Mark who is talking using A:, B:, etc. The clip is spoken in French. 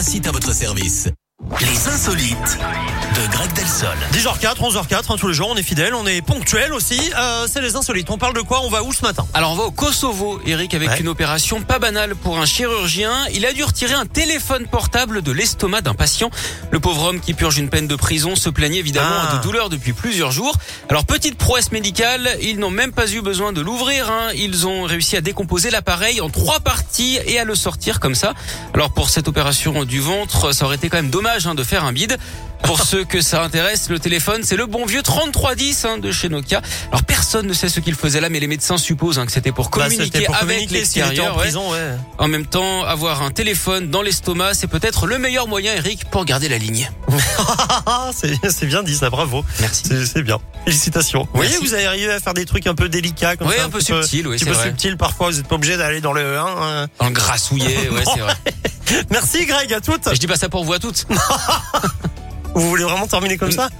A: site à votre service. Les insolites de Greg Delsol.
B: 10h04, 11h04, hein, tous les jours, on est fidèles, on est ponctuels aussi. Euh, c'est les insolites. On parle de quoi On va où ce matin
C: Alors on va au Kosovo, Eric, avec
B: Ouais.
C: une opération pas banale pour un chirurgien. Il a dû retirer un téléphone portable de l'estomac d'un patient. Le pauvre homme qui purge une peine de prison se plaignait évidemment
B: Ah.
C: de douleurs depuis plusieurs jours. Alors petite prouesse médicale, ils n'ont même pas eu besoin de l'ouvrir. hein. Ils ont réussi à décomposer l'appareil en trois parties et à le sortir comme ça. Alors pour cette opération du ventre, ça aurait été quand même dommage hein, de faire un bide. Pour ceux que ça intéresse, le téléphone, c'est le bon vieux 3310 hein, de chez Nokia. Alors personne ne sait ce qu'il faisait là, mais les médecins supposent hein, que c'était pour
B: Bah,
C: communiquer
B: c'était pour
C: avec
B: communiquer s'il était
C: l'extérieur.
B: en
C: ouais.
B: prison, ouais.
C: En même temps, avoir un téléphone dans l'estomac, c'est peut-être le meilleur moyen, Eric, pour garder la ligne.
B: Ah, c'est c'est bien dit ça, bravo.
C: Merci.
B: C'est c'est bien. Félicitations. Vous voyez,
C: Merci.
B: vous arrivez à faire des trucs un peu délicats comme
C: Oui,
B: ça.
C: un peu
B: petit
C: subtil, oui,
B: petit
C: c'est
B: peu
C: vrai.
B: subtil parfois, vous n'êtes pas obligé d'aller dans le 1.
C: Dans le grassouillet, ouais, c'est vrai.
B: Merci Greg, à toutes.
C: Je dis pas ça pour vous à toutes.
B: Vous voulez vraiment terminer comme ça